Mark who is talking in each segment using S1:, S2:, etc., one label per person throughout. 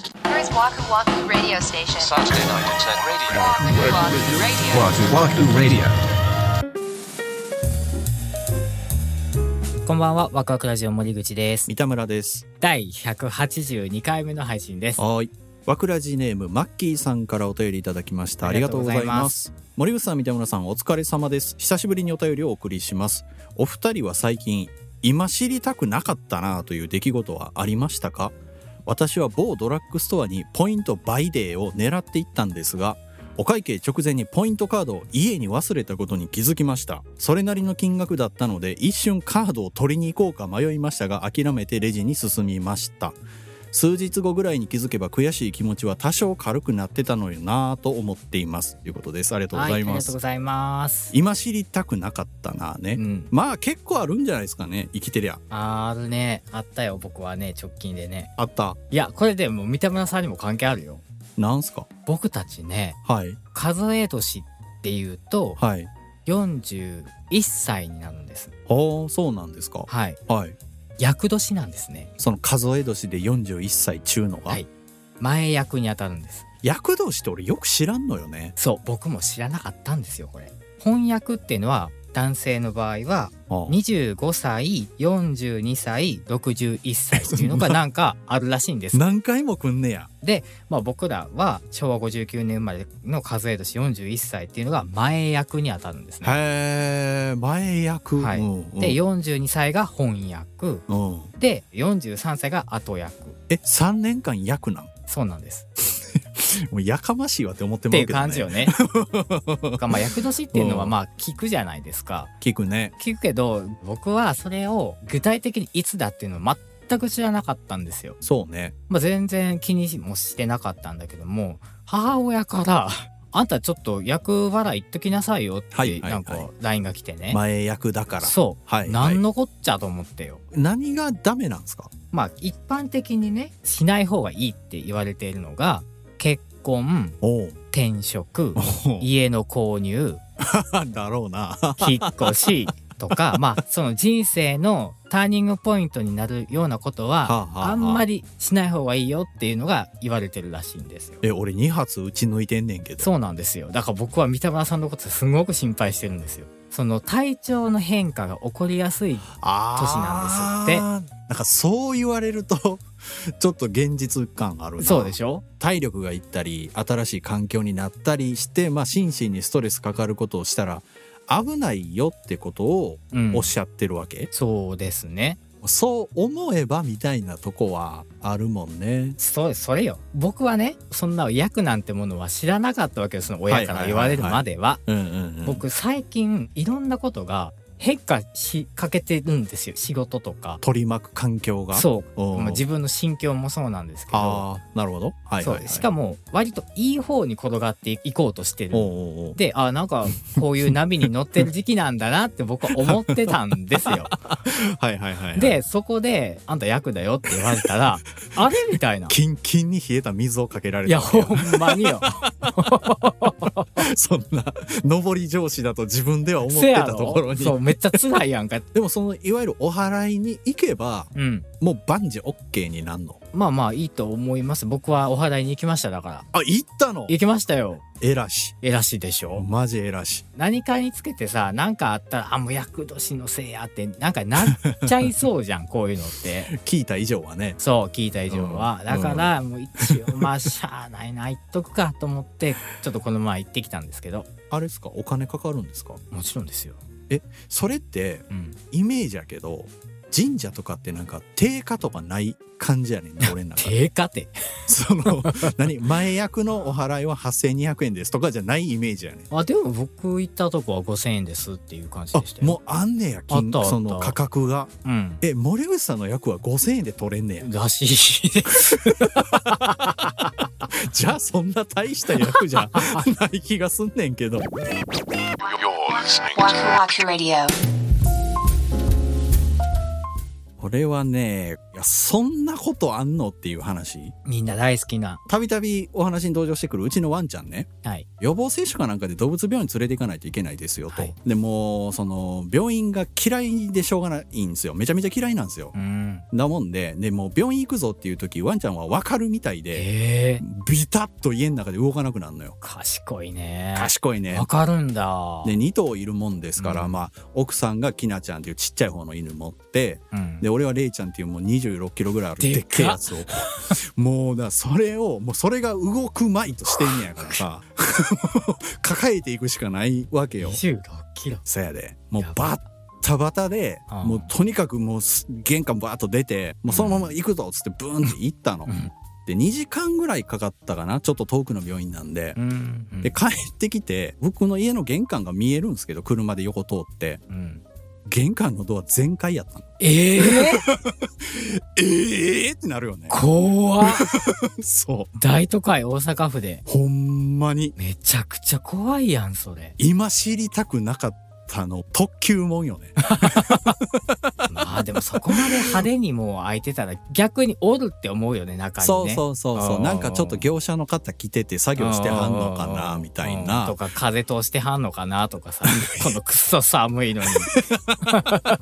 S1: Waku Waku Radio Station.
S2: Saturday night at 10 radio.
S1: Waku Waku
S3: Wahoo Wahoo
S1: Radio.
S3: Radio.
S4: こんばんは、ワクワクラジオ森口です。
S5: 三田村です。
S4: 第182回目の配信です。
S5: はーい。わくらじネームマッキーさんからお便りいただきました。
S4: あ
S5: あ
S4: り
S5: り
S4: が
S5: が
S4: と
S5: と
S4: う
S5: う
S4: ご
S5: ご
S4: ざい
S5: ざい
S4: ま
S5: ますす。森口さん、三田村さん、お疲れ様です。久しぶりにお便りをお送りします。お二人は最近、今知りたくなかったなという出来事はありましたか私は某ドラッグストアにポイントバイデーを狙っていったんですが、お会計直前にポイントカードを家に忘れたことに気づきました。それなりの金額だったので、一瞬カードを取りに行こうか迷いましたが、諦めてレジに進みました。数日後ぐらいに気づけば悔しい気持ちは多少軽くなってたのよなぁと思っていますということですありがとうご
S4: はい、あ
S5: ざ
S4: り
S5: い
S4: が
S5: ま
S4: とう
S5: す、
S4: ございます。
S5: 今知りたくなかったなぁね、
S4: うん、
S5: まあ結構あるんじゃないですかね生きてりゃ
S4: あるね、あったよ、僕はね、直近でね。
S5: あった
S4: いや、これでもう三田村さんにも関係あるよ。
S5: なんすか
S4: 僕たちね、
S5: はい
S4: 数え年っていうと、
S5: はい
S4: 41歳になるんです。
S5: ほうそうなんですか
S4: はい、
S5: はい
S4: 役年なんですね。
S5: その数え年で41歳中のが、
S4: はい前役に当たるんです。
S5: 役年って俺よく知らんのよね
S4: そう、僕も知らなかったんですよ、これ。翻訳っていうのは、男性の場合は
S5: ああ
S4: 25歳42歳61歳っていうのがなんかあるらしいん です。
S5: 何回もくんねや
S4: まあ、僕らは昭和59年生まれの数え年41歳っていうのが前役にあたるんですね。
S5: へえ前役、
S4: はい
S5: うんうん
S4: で42歳が翻訳
S5: うん、
S4: で43歳が後役
S5: え3年間役なん
S4: そうなんです。
S5: もうやかましいわって思って
S4: っ
S5: ま
S4: て
S5: う
S4: い
S5: け
S4: う
S5: ど、ね、
S4: 感じよ ね。まあ役年っていうのは
S5: うん
S4: まあ聞くじゃないですか。
S5: 聞くね
S4: 聞くけど僕はそれを具体的にいつだっていうのを全く知らなかったんですよ。
S5: そうね
S4: まあ、全然気にもしてなかったんだけども母親から 「あんたちょっと役払い行っときなさいよ」っ
S5: は
S4: て
S5: いはい
S4: なんか LINE が来てね、
S5: 前役だから
S4: そう、
S5: はい
S4: 何のこっちゃと思ってよ
S5: 何がダメなんですか
S4: まあ一般的にねしない方がいいって言われているのが結婚
S5: おう
S4: 転職
S5: おう
S4: 家の購 入
S5: だろうな
S4: 引っ越しとかまあその人生のターニングポイントになるようなこと
S5: はあ
S4: は
S5: はあはあ
S4: あんまりしない方がいいよっていうのが言われてるらしいんですよ。
S5: え俺2発打ち抜いてんねんけど
S4: そうなんですよだから僕は三田村さんのことすごく心配してるんですよその体調の変化が起こりやすい
S5: あ
S4: 年
S5: なんですってなんかそう言われると ちょっと現実感あるな
S4: そうでしょ
S5: 体力がいったり新しい環境になったりして、まあ、心身にストレスかかることをしたら危ないよってことを
S4: うん
S5: おっしゃってるわけ、
S4: そうですね
S5: そう思えばみたいなとこはあるもんね
S4: そうそれよ僕はねそんな役なんてものは知らなかったわけですその親から言われるまでは
S5: うんうん、うん、
S4: 僕最近いろんなことが変化しかけてるんですよ仕事とか
S5: 取り巻く環境が
S4: そうう、
S5: ん
S4: まあ、自分の心境もそうなんですけど
S5: ああなるほどはいはい、はい、
S4: そうしかも割といい方に転がっていこうとしてる
S5: おうおうおう
S4: であなんかこういう波に乗ってる時期なんだなって僕は思ってたん ですよ。
S5: はいはいはいはい
S4: でそこで「あんた役だよ」って言われた ら「あれ?」みたいな。
S5: キンキンに冷えた水をかけられ
S4: いや
S5: た
S4: ほんまによ。
S5: そんな上り上司だと自分で は思っ
S4: せ
S5: て
S4: や
S5: た
S4: ろ
S5: ところ
S4: そう
S5: に
S4: めっちゃ辛いやんか。
S5: でもそのいわゆるお祓いに行けば
S4: うん。
S5: もう万事 OK になんの
S4: まあまあいいと思います。僕はお祓いに行きましただから。
S5: あ行ったの
S4: 行きましたよ。
S5: 偉し
S4: えらしいでしょ。
S5: マジ偉し
S4: 何かにつけてさ何かあったら「あもう役年のせいや」ってなんかなっちゃいそうじゃんこういうのって。
S5: 聞いた以上はね
S4: そう聞いた以上は、
S5: うん
S4: だからもう一応 まあしゃあないな言っとくかと思ってちょっとこの前行ってきたんですけど
S5: あれですかお金かかるんですか
S4: もちろんですよ、
S5: それって
S4: うん、
S5: イメージやけど神社とかってなんか定価とかない感じやねんな俺の中で
S4: 定価って
S5: その何前役のお祓いは8,200円ですとかじゃないイメージやねん
S4: あでも僕行ったとこは5,000円ですっていう感じ
S5: あ
S4: でしたよ
S5: もうあんねや
S4: あっ
S5: 金
S4: たあった
S5: その価格が
S4: うん
S5: え森口さんの役は5,000円で取れんねや
S4: らしいです
S5: じゃあそんな大した役じゃない気がすんねんけど
S2: You're listening to
S1: Waku Waku Radio.
S5: これはねがそんなことあんのっていう話
S4: みんな大好きな。
S5: たびたびお話に登場してくるうちのワンちゃんね
S4: はい。
S5: 予防接種かなんかで動物病院に連れて行かないといけないですよと、
S4: はい
S5: でもうその病院が嫌いでしょうがないんですよめちゃめちゃ嫌いなんですよ
S4: う、ん。
S5: なもんででもう病院行くぞっていう時ワンちゃんは分かるみたいで
S4: ええ
S5: ビタッと家の中で動かなくなるのよ
S4: 賢いね。
S5: 賢いね
S4: わかるんだ。
S5: で2頭いるもんですから、
S4: うん
S5: まあ奥さんがきなちゃんっていうちっちゃい方の犬持って
S4: うん
S5: で俺はレイちゃんっていうもう2 6キロぐらいあるで
S4: でか
S5: っけえ やつをもうだそれをもうそれが動くまいとしてんねやか らさ抱えていくしかないわけよ
S4: 26キロ。
S5: そやでもう
S4: やば
S5: バッタバタで
S4: うん
S5: もうとにかくもうす玄関バーッと出てもうそのまま行くぞっつってブーンって行ったの
S4: うん
S5: で2時間ぐらいかかったかなちょっと遠くの病院なんで
S4: うん。
S5: で帰ってきて僕の家の玄関が見えるんですけど車で横通って
S4: うん。
S5: 玄関のドア全開やったの
S4: ええ
S5: ええー、ってなるよね
S4: 怖っ
S5: そう
S4: 大都会大阪府で。
S5: ほんまに。
S4: めちゃくちゃ怖いやん、それ
S5: 今知りたくなかったの特急もんよ ね
S4: まあでもそこまで派手にもう空いてたら逆におるって思うよね、中にね。
S5: そうそうそうそう
S4: うん
S5: なんかちょっと業者の方来てて作業してはんのか
S4: う
S5: なんみたい
S4: うん
S5: な
S4: とか風通してはんのかなと かさこのくっそ寒いのに冷
S5: 冷え冷えやった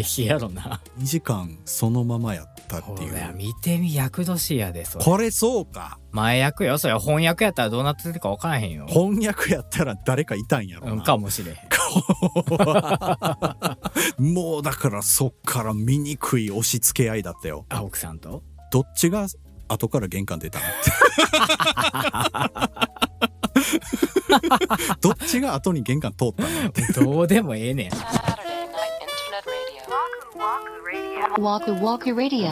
S4: え冷えやろな
S5: 2時間そのままやったっ
S4: ほ
S5: てい
S4: ら
S5: う
S4: 見てみ厄年やでそれ
S5: これそうか
S4: 前役よそれ翻訳やったらどうなってるか分からへんよ
S5: 翻訳やったら誰かいたんやろ
S4: うん
S5: な
S4: かもしれへん
S5: もうだからそっから醜い押し付け合いだったよ
S4: あ奥さんと
S5: どっちが後から玄関出 たのってどっちが後に玄関通ったのって
S4: どうでもええねん
S1: Saturday Night Internet Radio. Waku Waku Radio. Waku Waku Radio.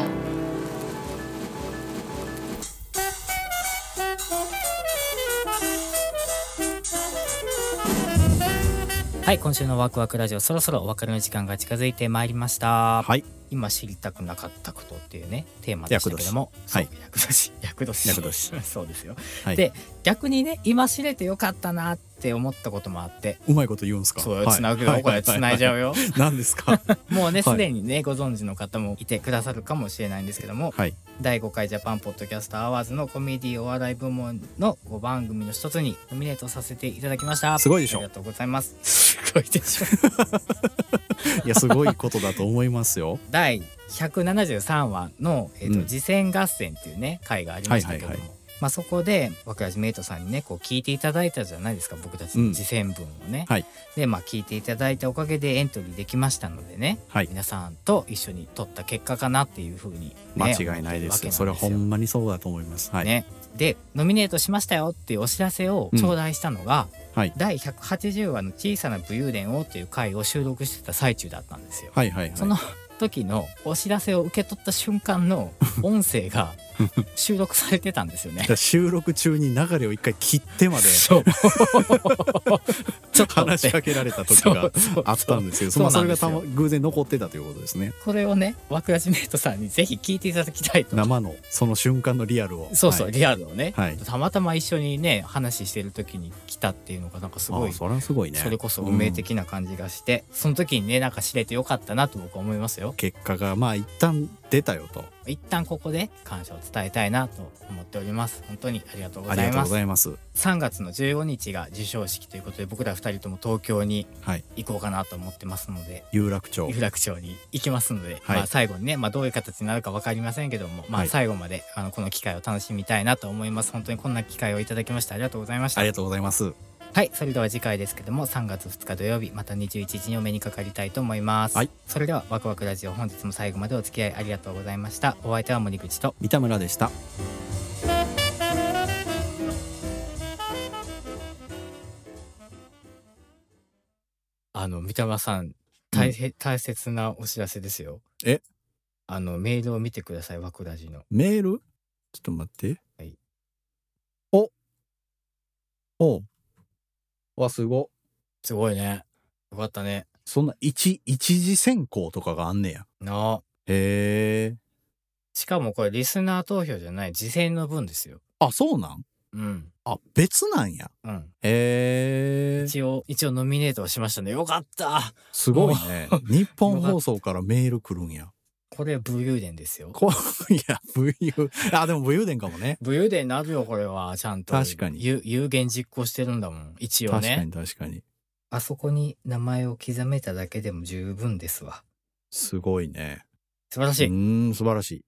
S4: はい今週のワクワクラジオそろそろお別れの時間が近づいてまいりました、
S5: はい
S4: 今知りたくなかったことっていうねテーマでしたけども
S5: 厄年はい
S4: そう厄年厄年
S5: 厄年
S4: そうですよ、
S5: はい
S4: で逆にね今知れてよかったなって思ったこともあって
S5: うまいこと言うんですか
S4: そうよ
S5: はい
S4: つなぐよ、これつないじゃうよ、
S5: 何で すか
S4: もうね
S5: はい
S4: すでにね、ご存知の方もいてくださるかもしれないんですけども
S5: はい
S4: 第5回ジャパンポッドキャストアワーズのコメディお笑い部門の5番組の一つにノミネートさせていただきました
S5: すごいでしょ
S4: ありがとうございますすごいでしょ
S5: いやすごいことだと思いますよ
S4: 第173話の「えーと
S5: うん
S4: 次戦合戦」っていうね回がありましたけども、
S5: はいはい
S4: まあ、そこで若林メイトさんにねこう聞いていただいたじゃないですか僕たち
S5: うん
S4: の次戦文をね。
S5: はい
S4: でまあ聞いていただいたおかげでエントリーできましたのでね、
S5: はい
S4: 皆さんと一緒に取った結果かなっていうふうに、ね、
S5: 間違いないですよそれ
S4: 思
S5: は
S4: ってるわけ
S5: ほ
S4: なん
S5: んまにそうだと思いますはい、
S4: ね、でノミネートしましたよっていうお知らせを頂戴したのが、
S5: はい
S4: 第180話の「小さな武勇伝を」っていう回を収録してた最中だったんですよ。
S5: はいはいはい
S4: その時のお知らせを受け取った瞬間 の音声が収録されてたんですよね
S5: じゃ。あ収録中に流れを一回切って まで
S4: そうちょっとっ
S5: 話してかけられた時
S4: そ
S5: が
S4: うそう
S5: あったんですけど
S4: そう
S5: まあそ
S4: そう
S5: れ
S4: なんで
S5: が
S4: すよ
S5: たま偶然残ってたということですね
S4: これをね枠ラジメイトさんにぜひ聞いていただきたいと
S5: 生のその瞬間のリアルを
S4: そうそう、
S5: はい
S4: リアルをね、
S5: はい
S4: たまたま一緒にね話してる時に来たっていうのがなんかすごい
S5: あそれはすごいね
S4: それこそ
S5: うん
S4: 運命的な感じがして、その時にねなんか知れてよかったなと僕は思いますよ
S5: 結果がまあ一旦出たよと
S4: 一旦ここで感謝を伝えたいなと思っております本当にありがとうご
S5: あり
S4: ざ
S5: が
S4: い
S5: とう
S4: ま
S5: ご
S4: す
S5: ざいます
S4: 3月の15日が授賞式ということで僕ら2人とも東京に
S5: はい
S4: 行こうかなと思ってますので
S5: 有楽町
S4: 有楽町に行きますので、
S5: はい
S4: まあ、最後にね、まあ、どういう形になるか分かりませんけども、ま
S5: は
S4: あ、
S5: い
S4: 最後まであのこの機会を楽しみたいなと思います本当にこんな機会をいただきましてありがとうございました
S5: ありがとうございます
S4: はい、それでは次回ですけども3月2日土曜日また21時にお目にかかりたいと思います、
S5: はい
S4: それではワクワクラジオ本日も最後までお付き合いありがとうございましたお相手は森口と
S5: 三田村でした
S4: あの三玉さん大,、大切なお知らせですよ
S5: え
S4: あのメールを見てくださいワクラジの
S5: メールちょっと待って
S4: はい
S5: おおうわすご
S4: すごいねよかったね
S5: そんな一一次選考とかがあんねや
S4: なあ
S5: へえ
S4: しかもこれリスナー投票じゃない事前の分ですよ
S5: あそうなん
S4: うん。
S5: あ、別なんや。
S4: うん。
S5: えー、
S4: 一応、一応ノミネートはしましたね。よかった
S5: すご いね。日本放送からメール来るんや。
S4: これは武勇伝ですよ。
S5: こいや、 武勇。あ、でも武勇伝かもね。
S4: 武勇伝になるよ、これは。ちゃんと。
S5: 確かに
S4: 有有言実行してるんだもん。一応
S5: 確か
S4: ね。
S5: に確かに。
S4: あそこに名前を刻めただけでも十分ですわ。
S5: すごいね。
S4: 素晴らし
S5: う
S4: い。
S5: ーん、素晴らしい。